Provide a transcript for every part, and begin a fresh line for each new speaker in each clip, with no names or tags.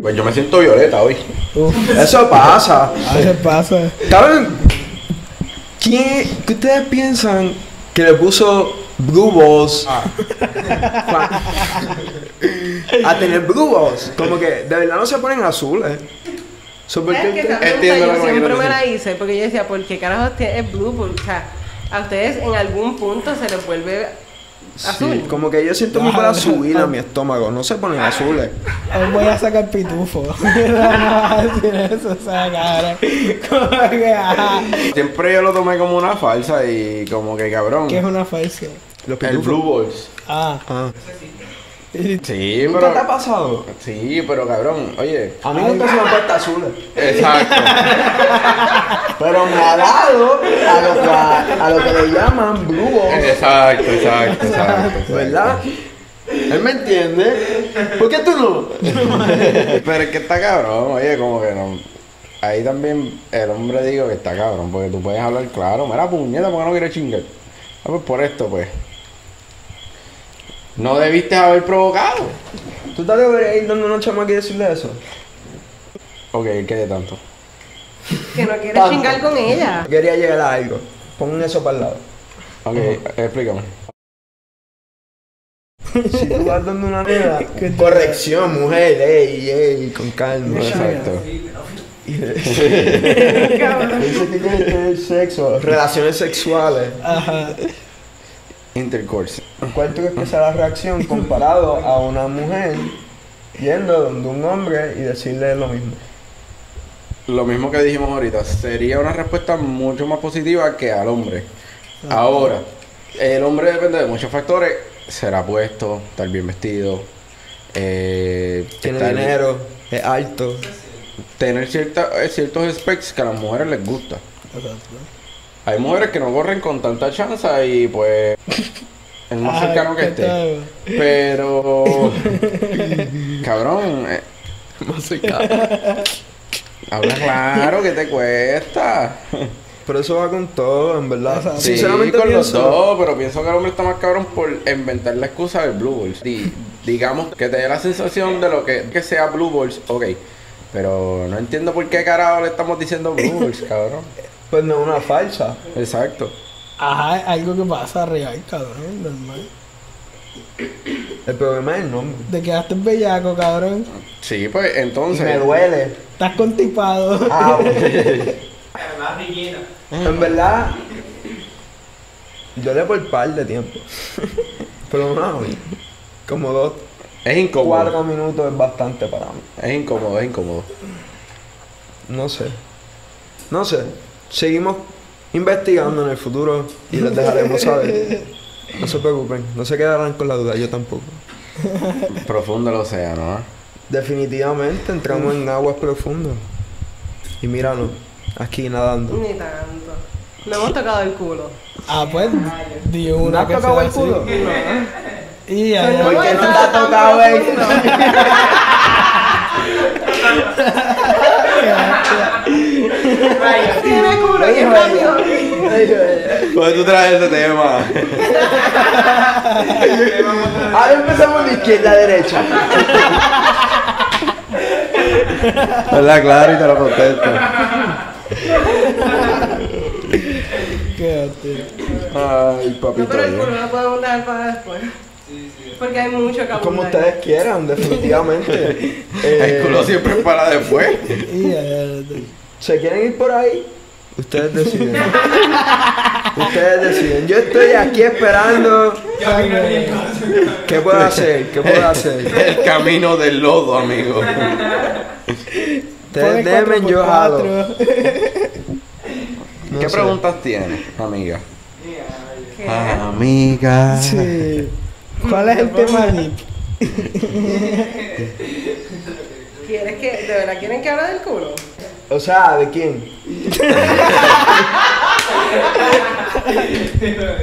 Pues yo me siento violeta hoy.
Eso pasa.
A veces pasa.
¿Saben? ¿Quién, ¿Qué ustedes piensan que le puso Blue Balls pa- a tener Blue Balls? Como que de verdad no se ponen azules. So, ¿por qué
¿Sabes que esa
ustedes-
pregunta
Entiendo lo que
yo siempre
quiero
me la
decir.
hice? Porque yo decía, ¿por qué carajo usted es blue? Porque, o sea, a ustedes en algún punto se les vuelve azul.
Sí, como que yo siento muy para subir a mi estómago, no se ponen azules.
Hoy voy a sacar pitufo. no vas a decir eso, o sea, cabrón. Como que, Ah, ajá.
Siempre yo lo tomé como una falsa y como que cabrón.
Que es una falsa.
Los
El
pitufos.
Blue Balls.
Ah.
Ah.
Y-
Sí,
¿Nunca te ha
pero.
pasado?
Sí, pero cabrón, oye.
A mí nunca se me han puesto azules.
Exacto.
Pero me ha dado a lo que, a lo que le llaman Blue Balls.
Exacto, exacto, exacto.
¿Verdad? Él me entiende. ¿Por qué tú no?
Pero es que está cabrón, oye, como que no. Ahí también el hombre digo que está cabrón, porque tú puedes hablar claro, mira puñeta, porque no quiero chingar. Ah, pues por esto, pues. No debiste haber provocado.
¿Tú te atreverías a ir dando una chamaca y decirle eso?
Ok, ¿qué de tanto?
Que no quiere
Tanto.
chingar con ella.
Quería llegar a algo. Pon eso para el lado.
Ok, explícame.
Si tú vas dando una nena,
¿Qué te-
corrección, mujer, ey, ey, con calma.
Exacto.
Dice que tiene que tener sexo, relaciones sexuales.
Ajá.
Intercourse.
¿Cuál tú crees que sea la reacción comparado a una mujer yendo donde un hombre y decirle lo mismo?
Lo mismo que dijimos ahorita, sería una respuesta mucho más positiva que al hombre. Ahora, el hombre depende de muchos factores. Será puesto, estar bien vestido, eh, estar-
es alto.
tener cierta, eh, ciertos specs que a las mujeres les gusta. Hay mujeres que no corren con tanta chanza y pues es más
Ajá,
cercano que
¿qué
esté.
tal?
Pero cabrón, eh,
Más cercano.
habla claro que te cuesta.
Pero eso va con todo, en verdad.
Exacto.
Sí,
Sinceramente
con los
pienso-
dos, pero pienso que el hombre está más cabrón por inventar la excusa del Blue Balls. Di- digamos que te dé la sensación de lo que, que sea Blue Balls, ok. Pero no entiendo por qué carajo le estamos diciendo Blue Balls, cabrón.
Pues no es una falsa.
Exacto.
Ajá, algo que pasa real, cabrón, normal.
El problema es el nombre.
Te quedaste bellaco, cabrón.
Sí, pues
Y
entonces.
me duele.
Estás contipado.
Ah, en verdad, yo le por par de tiempo. Pero no, como dos,
Es
cuatro
incómodo.
minutos es bastante para mí.
Es incómodo, es incómodo.
No sé. No sé. Seguimos investigando en el futuro y les dejaremos saber. No se preocupen, no se quedarán con la duda, yo tampoco.
Profundo el océano, ¿ah?
Definitivamente entramos en aguas profundas. Y míranos, aquí nadando.
Ni tanto. No hemos tocado el culo.
Ah, pues, di una
¿No
que
has tocado
sea
el
así.
culo?
Y ya, ya.
¿Por
hemos
qué no te
estado
has
tan
tocado el
profundo. Tiene culo y es rápido.
¿Dónde tú traes ese tema?
Ahora empezamos de izquierda a derecha.
¿Verdad? Claro, y te lo contesto.
Quédate.
Ay,
No,
papito.
pero el
Dios.
culo lo podemos dejar para después. Porque hay mucho que
Como
abundar.
ustedes quieran, definitivamente. Eh,
El culo siempre es para después.
Y ya, ya, ya.
¿Se quieren ir por ahí? Ustedes deciden. ustedes deciden. Yo estoy aquí esperando. ¿Qué puedo hacer? ¿Qué puedo hacer?
El camino del lodo, amigo.
Pone
Ustedes deben,
cuatro
yo
por
jalo.
cuatro.
No
¿Qué
sé.
preguntas tienes, amiga?
¿Qué?
Amiga.
Sí. ¿Cuál es el tema Nick?
¿Quieres que, de verdad quieren que hable del culo?
O sea, ¿de quién?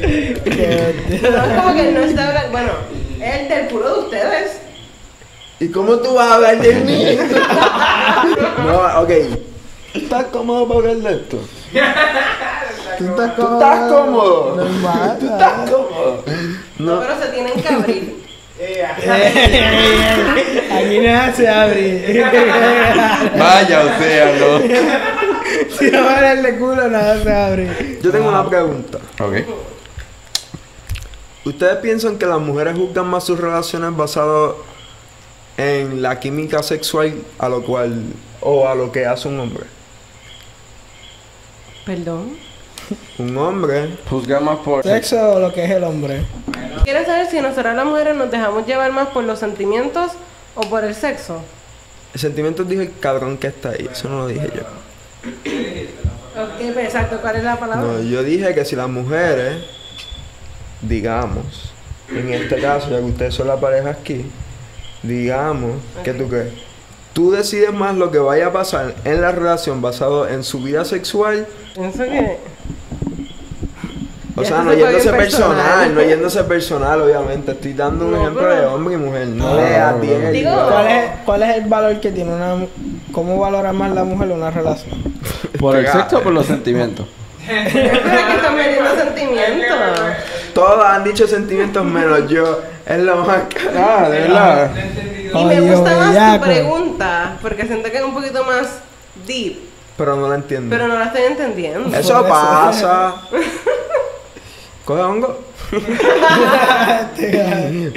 Quédate.
No es como que no está hablando. Bueno, el del culo de ustedes.
¿Y cómo tú vas a hablar de mí? no, ok. ¿Estás cómodo para hablar de esto?
Tú estás
¿Tú estás cómodo?
Normal.
¿Tú estás cómodo? No,
Pero se tienen que abrir.
Aquí nada se abre.
Vaya, o sea, no.
si no van a darle culo, nada se abre.
Yo tengo una pregunta.
Ok.
¿Ustedes piensan que las mujeres juzgan más sus relaciones basado en la química sexual a lo cual o a lo que hace un hombre?
Perdón.
Un hombre,
Juzga más por.
Sexo o lo que es el hombre.
Quiero saber si nosotras las mujeres nos dejamos llevar más por los sentimientos o por el sexo.
el sentimiento dije el cabrón que está ahí, eso no lo dije yo.
Ok, pues, exacto, ¿cuál es la palabra?
No, yo dije que si las mujeres, digamos, en este caso, ya que ustedes son la pareja aquí, digamos, que tú qué? Tú decides más lo que vaya a pasar en la relación basado en su vida sexual,
Pienso que.
o
Ya
sea,
eso
no
se fue
yéndose
bien
personal,
personal.
no yéndose personal, obviamente. Estoy dando un
No,
ejemplo
pero-
de hombre y mujer, no
Ah,
de a
no,
ti en
no,
el-
Digo-
¿Cuál es, ¿Cuál es el valor que tiene una mu- ¿Cómo valora más la mujer una relación?
¿Por el
Pegada.
sexo o por los sentimientos?
Pero es que están metiendo sentimientos.
Todos han dicho sentimientos menos yo, es lo más caro.
Ah, de verdad.
Y me
Odio
gusta más
bellaco.
tu pregunta, porque siento que es un poquito más deep,
Pero no la entiendo.
pero no la estoy entendiendo.
Es-
Eso
Por eso.
pasa. Coge hongo.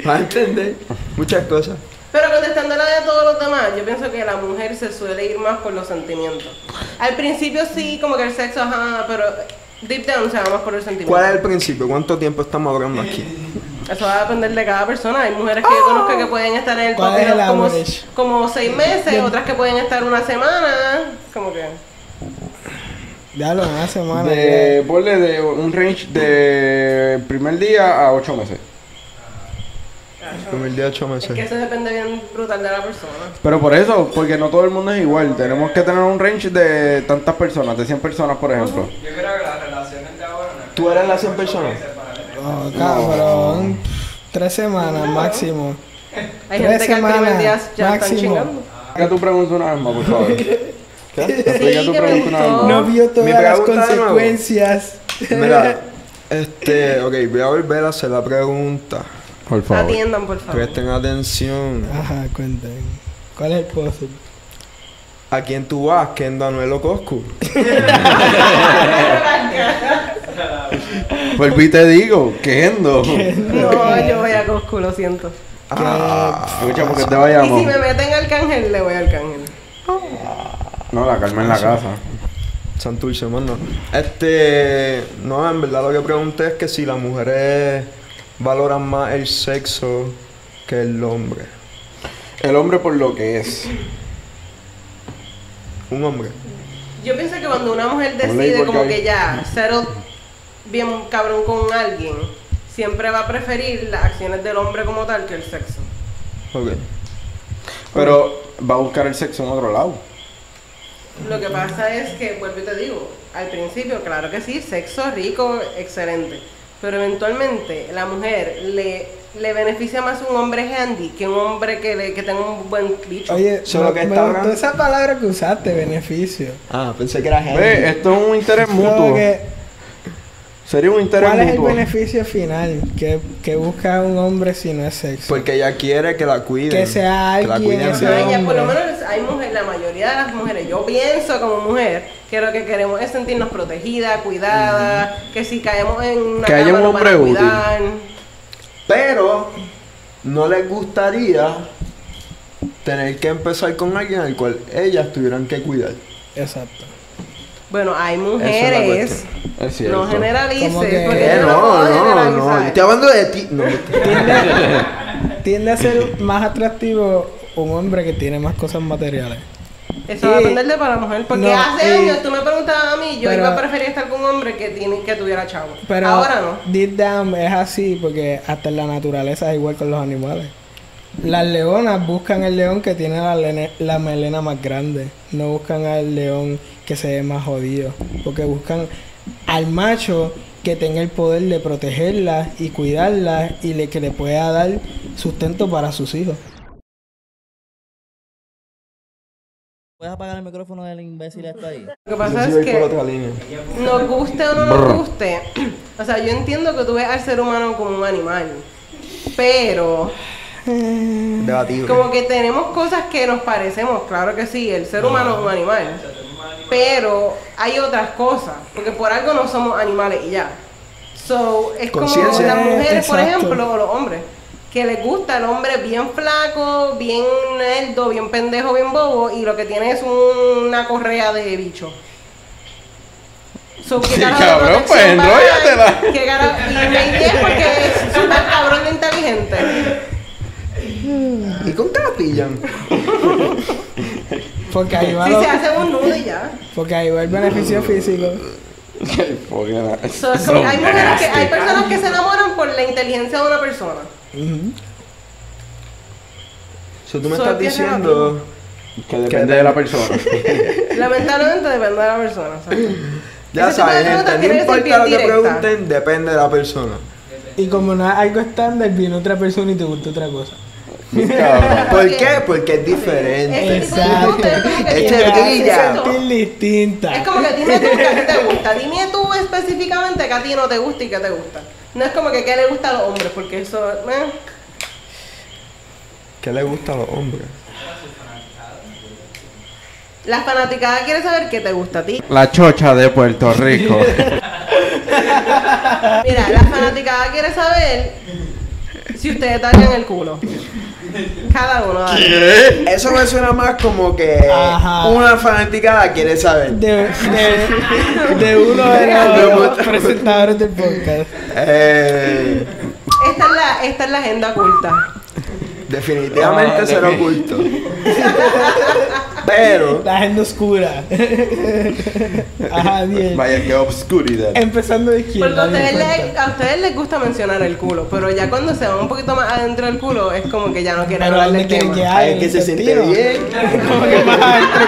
Para entender muchas cosas.
Pero contestando la de todos los demás, yo pienso que la mujer se suele ir más por los sentimientos. Al principio sí, como que el sexo, ajá, pero deep down se va más por el sentimiento.
¿Cuál es el principio? ¿Cuánto tiempo estamos hablando aquí?
Eso va a depender de cada persona. Hay mujeres que yo conozco que pueden estar en el
¡Oh! ¿Cuál es
papel
el
como,
average?
como seis meses,
Bien.
otras que pueden estar una semana, como que...
Ya lo una semana.
De, ponle de un range de primer día a ocho meses.
ocho
Es que
meses.
eso depende bien brutal de la persona.
Pero por eso, porque no todo el mundo es igual. Tenemos que tener un range de tantas personas, de 100 personas, por ejemplo.
Yo creo que las relaciones de ahora no
¿Tú eres la 100 personas?
ya. Oh, cabrón. Tres semanas máximo.
Hay
Tres
gente que al primer
semanas,
día ya están
máximo.
chingando.
Explica tu pregunta una vez más, por favor. Explica
Sí,
tu
que me
pregunta una vez
gustó.
más.
No vio
Mi
todas las
pregunta de nuevo.
consecuencias.
Mira, este, ok, voy a volver a hacer la pregunta.
Por
Atiendan, por favor.
Presten atención.
Ajá, Ah, cuéntame. ¿Cuál es el puzzle?
¿A quién tú vas? ¿Ken Anuel o Coscu?
Vuelvo y Pues te digo, Kendo.
No, yo voy a Coscu, lo siento.
Ah,
Escucha, porque te
Y si
vayamos.
me meten al cángel, le voy al cángel.
No, la calma en la casa.
Santurce, mano. Este. No, en verdad lo que pregunté es que si las mujeres valoran más el sexo que el hombre.
El hombre por lo que es.
Un hombre.
Yo pienso que cuando una mujer
Ponle ahí
decide
porque
como
ahí-
que ya ser bien cabrón con alguien, siempre va a preferir las acciones del hombre como tal que el sexo.
Ok.
Pero va a buscar el sexo en otro lado.
Lo que pasa es que, vuelvo y te digo, al principio, claro que sí, sexo rico, excelente. Pero eventualmente la mujer le, le beneficia más un hombre handy que un hombre que, le- que tenga un buen clicho.
Oye,
Solo
me-
que
me
está
gustó
hablando-
esa palabra que usaste, beneficio.
Ah, pensé que era
Ve, esto es un interés
Como
mutuo.
que,
Sería un interés
¿Cuál es el
mutuo.
beneficio final que, que busca un hombre si no es sexo?
Porque ella quiere que la cuiden.
Que sea
Que la
alguien,
cuiden
o sea,
bien.
Ay, ya, por lo
hombre.
menos hay mujeres, la mayoría de las mujeres, yo pienso como mujer, que lo que queremos es sentirnos protegidas, cuidadas, que si caemos en una
Que haya
cama
un
nos van a
hombre útil.
cuidar.
Pero no les gustaría tener que empezar con alguien al cual ellas tuvieran que cuidar.
Pues-
Exacto.
Bueno,
Esa
hay
es la
mujeres,
cuestión.
Es cierto.
no generalices,
Como que-
porque
Eh,
yo no
no,
puedo
no, no.
generalizar.
Estoy hablando de ti. No,
Tiende a ser más atractivo un hombre que tiene más cosas materiales.
Eso va a
Eh,
depender de para la mujer, porque
no,
hace
eh,
años tú me preguntabas a mí, yo
pero-
iba a preferir estar con un hombre que, tiene, que tuviera chavo.
Pero
Ahora no.
Deep down es así porque hasta en la naturaleza es igual con los animales. Las leonas buscan el león que tiene la, lene- la melena más grande. No buscan al león que se ve más jodido. Porque buscan al macho que tenga el poder de protegerla y cuidarla y le, que le pueda dar sustento para sus hijos.
¿Puedes apagar el micrófono del imbécil hasta ahí?
Lo que
Yo
pasa
sí
es
voy por
que...
otra línea.
Nos guste o no
Brr.
nos guste, o sea, yo entiendo que tú ves al ser humano como un animal, pero
Debatible.
Como que tenemos cosas que nos parecemos, claro que sí, el ser humano es un animal. Pero hay otras cosas, porque por algo no somos animales y ya. So, es como las
Conciencia.
mujeres, por
Exacto.
ejemplo, o los hombres, que les gusta el hombre bien flaco, bien nerdo, bien pendejo, bien bobo, y lo que tiene es un- una correa de bicho. So, ¿qué
Sí,
carajo de
cabrón,
protección
pues,
va a dar?
enróllatela.
¿Qué carajo? Y me es porque es súper cabrón de inteligente.
¿Y con qué la pillan?
Porque ahí va
Si
lo-
se hace un nudo y ya.
porque ahí va el beneficio físico.
Porque na-
So, es
son
como- hay, mujeres que, hay
nasty.
personas que se enamoran por la inteligencia de una persona.
So, tú me
So,
estás
tiene
diciendo.
Que depende de la persona.
Lamentablemente depende de la persona. ¿sabes?
Ya
Ese tipo de
sabes, gente,
preguntas
no
tiene que ser
importa lo que
bien directa.
pregunten, depende de la persona.
Y como no, algo estándar, viene otra persona y te gusta otra cosa.
Cabrón.
¿Por
Ok.
qué? Porque es diferente.
Ese tipo de preguntas es como que
Y me
Este
tiene-
hace
brilla.
sentir distinta.
Es como que dime tú que a ti te gusta. Dime tú específicamente que a ti no te gusta y que te gusta. No es como que qué le gusta a los hombres, porque eso. eh.
¿Qué le gusta a los hombres?
La fanaticada quiere saber qué te gusta a ti.
La chocha de Puerto Rico.
Mira, la fanaticada quiere saber si ustedes tallan el culo. Cada uno. dale.
Eso me suena más como que
Ajá.
una fanaticada quiere saber.
De, de, de uno de los presentadores del podcast.
Eh,
Esta es la, esta es la agenda oculta.
definitivamente
Ah,
será
defi-
oculto. Pero,
La agenda oscura. Ajá, bien.
Vaya, qué obscuridad.
Empezando de
Porque
izquierda.
a ustedes,
bien
les,
cuenta.
a ustedes les gusta mencionar el culo, pero ya cuando se van un poquito más adentro del culo, es como que ya no quieren
Pero
hablar
¿dónde
del
quieren
tema.
llegar?
hay
en
que se
ese
siente
tiro.
bien.
Como que más adentro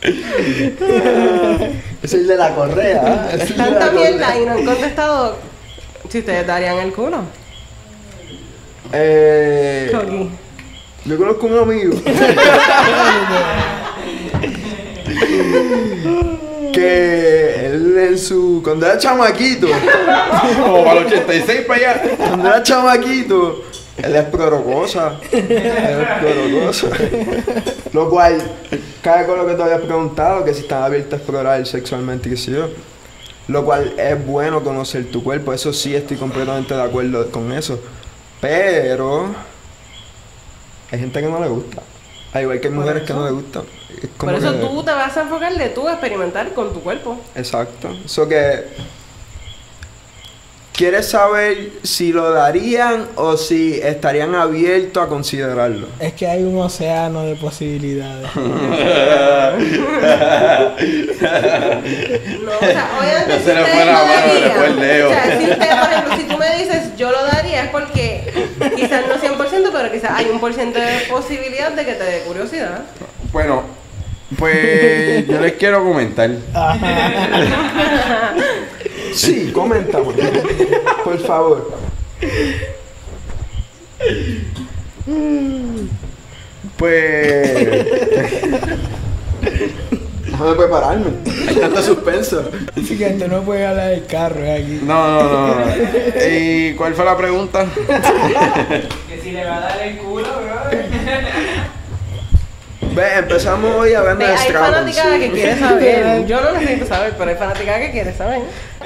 el culo.
Es el de la correa. ¿eh? Es el de la
Tanta
correa.
mierda y no han contestado si ustedes darían el culo.
Eh,
Coqui.
yo conozco un amigo que él en su. Cuando era chamaquito,
Como para el 86 para allá.
cuando era chamaquito, él es prorogosa. Él es prorogosa. Lo cual, cae con lo que te había preguntado, que si estaba abierta a explorar sexualmente, qué sé yo. Lo cual es bueno conocer tu cuerpo, eso sí estoy completamente de acuerdo con eso. Pero hay gente que no le gusta. Al igual que hay mujeres que no le gustan. Es como
Por eso
que-
tú te vas a enfocar de tú a experimentar con tu cuerpo.
Exacto. Eso que. ¿Quieres saber si lo darían o si estarían abiertos a considerarlo?
Es que hay un océano de posibilidades.
No, o sea,
Ya
obviamente si
se le
ustedes
fue la
lo
mano, le fue el
darían,
dedo.
O sea, si usted, por ejemplo, si tú me dices yo lo daría es porque quizás no 100%, pero quizás hay un por ciento de posibilidad de que te dé curiosidad.
Bueno, pues yo les quiero comentar.
Sí, coméntame. Por favor.
Pues.
Déjame prepararme. Hay tanto suspenso.
Así que tú no puedes hablar del carro eh, aquí.
No, no, no. no. ¿Y cuál fue la pregunta?
Que si le va a dar el culo, bro.
Ve, empezamos hoy hablando
Ve,
de
hay
Strauss.
fanaticada que quiere saber. Yo no necesito saber, pero hay fanaticada que quiere saber.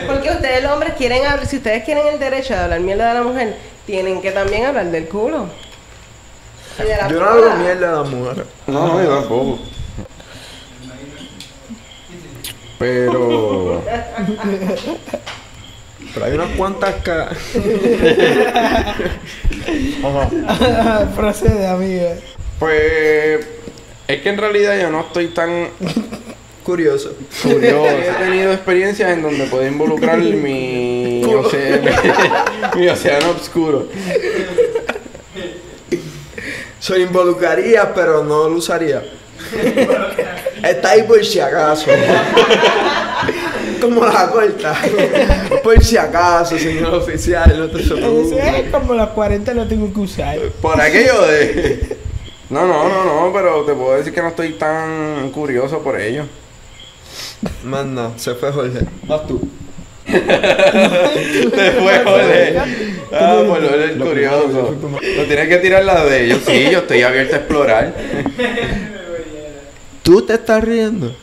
Porque ustedes, los hombres, quieren hablar. Si ustedes quieren el derecho de hablar mierda de la mujer, tienen que también hablar del culo. Y de la
Yo no
cola.
hago mierda a la mujer.
No, no, yo tampoco. Pero.
Pero hay unas cuantas que... Ajá.
Procede, amigo.
Pues. Es que en realidad yo no estoy tan
Curioso.
curioso. He tenido experiencias en donde puedo involucrar mi, oce- mi, océano oscuro.
Se involucraría, pero no lo usaría. Está ahí por si acaso. Como la corta. Por si acaso, señor oficial, no te
Eso
preocupe.
es como las 40 no tengo que usar.
Por aquello de. No, no, no, no, pero te puedo decir que no estoy tan curioso por ello.
Manda, se fue Jorge. Vas tú.
Te fue, joder. Ah, pues lo eres curioso. No tienes que tirar la de ellos. Sí, yo estoy abierto a explorar.
¿Tú te estás riendo?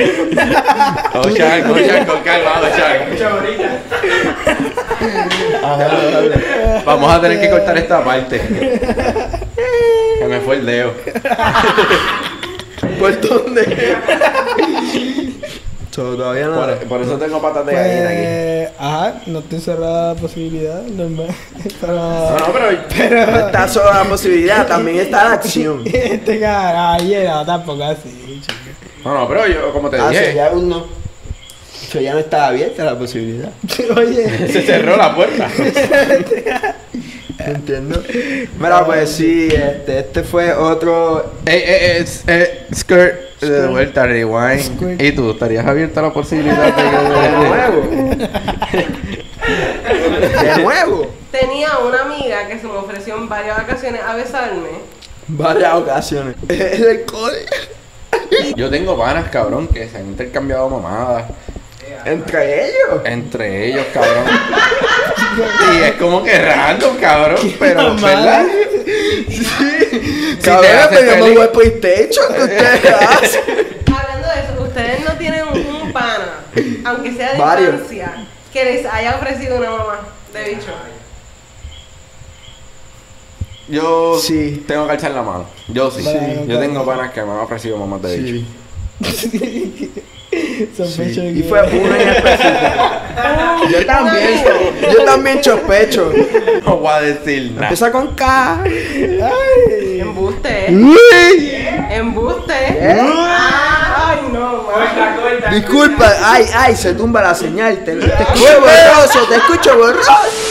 Oh, Shank, oh, Shank, con calma, oh, Shank.
Mucha bonita.
Vamos a tener que cortar esta parte. Se me fue el dedo.
¿Por dónde? So, todavía no.
Por, por eso tengo patas de gallina aquí.
Pues, ajá, no estoy cerrada la posibilidad, normal. Pero.
No, no, pero
No está solo la posibilidad, también está la acción.
Este caballero tampoco así, chico.
No, no, pero yo, como te
Ah, so
dije,
ya aún no. so ya no está abierta la posibilidad.
Oye,
se cerró la puerta.
Entiendo. Mira, pues sí, este, este fue otro.
Eh, eh, eh, s- eh, skirt, de vuelta, rewind.
Squirt.
¿Y tú estarías abierta a la posibilidad
De
de
nuevo. De nuevo.
Tenía una amiga que se me ofreció en varias vacaciones a besarme.
Varias ocasiones. El alcohol.
que Yo tengo vanas, cabrón, que se han intercambiado mamadas
Entre ellos.
entre ellos, cabrón. y es como que random, cabrón, pero
mamada.
¿verdad?
Sí.
te pues
Cabrón,
hace
pero yo me
feliz.
voy a PlayStation que ustedes hacen.
Hablando de eso, ustedes no tienen un, un pana, aunque sea de
Varios.
infancia, que les haya ofrecido una mamá de bicho.
Yo
Sí.
tengo que alzar la mano. Yo sí.
Sí.
Yo tengo vanas que me han ofrecido mamás de bicho.
Sí,
sospecho
sí.
de
Y
que-
fue uno en específico. Yo también, so- yo también chospecho.
No voy a decir nada.
Empieza con K.
Embuste, ¿eh?
Uy.
embuste.
¿Eh?
Ay, no, mamá.
Corta, corta.
Disculpa, ay, ay, se tumba la señal. Te, te escucho borroso, te escucho borroso.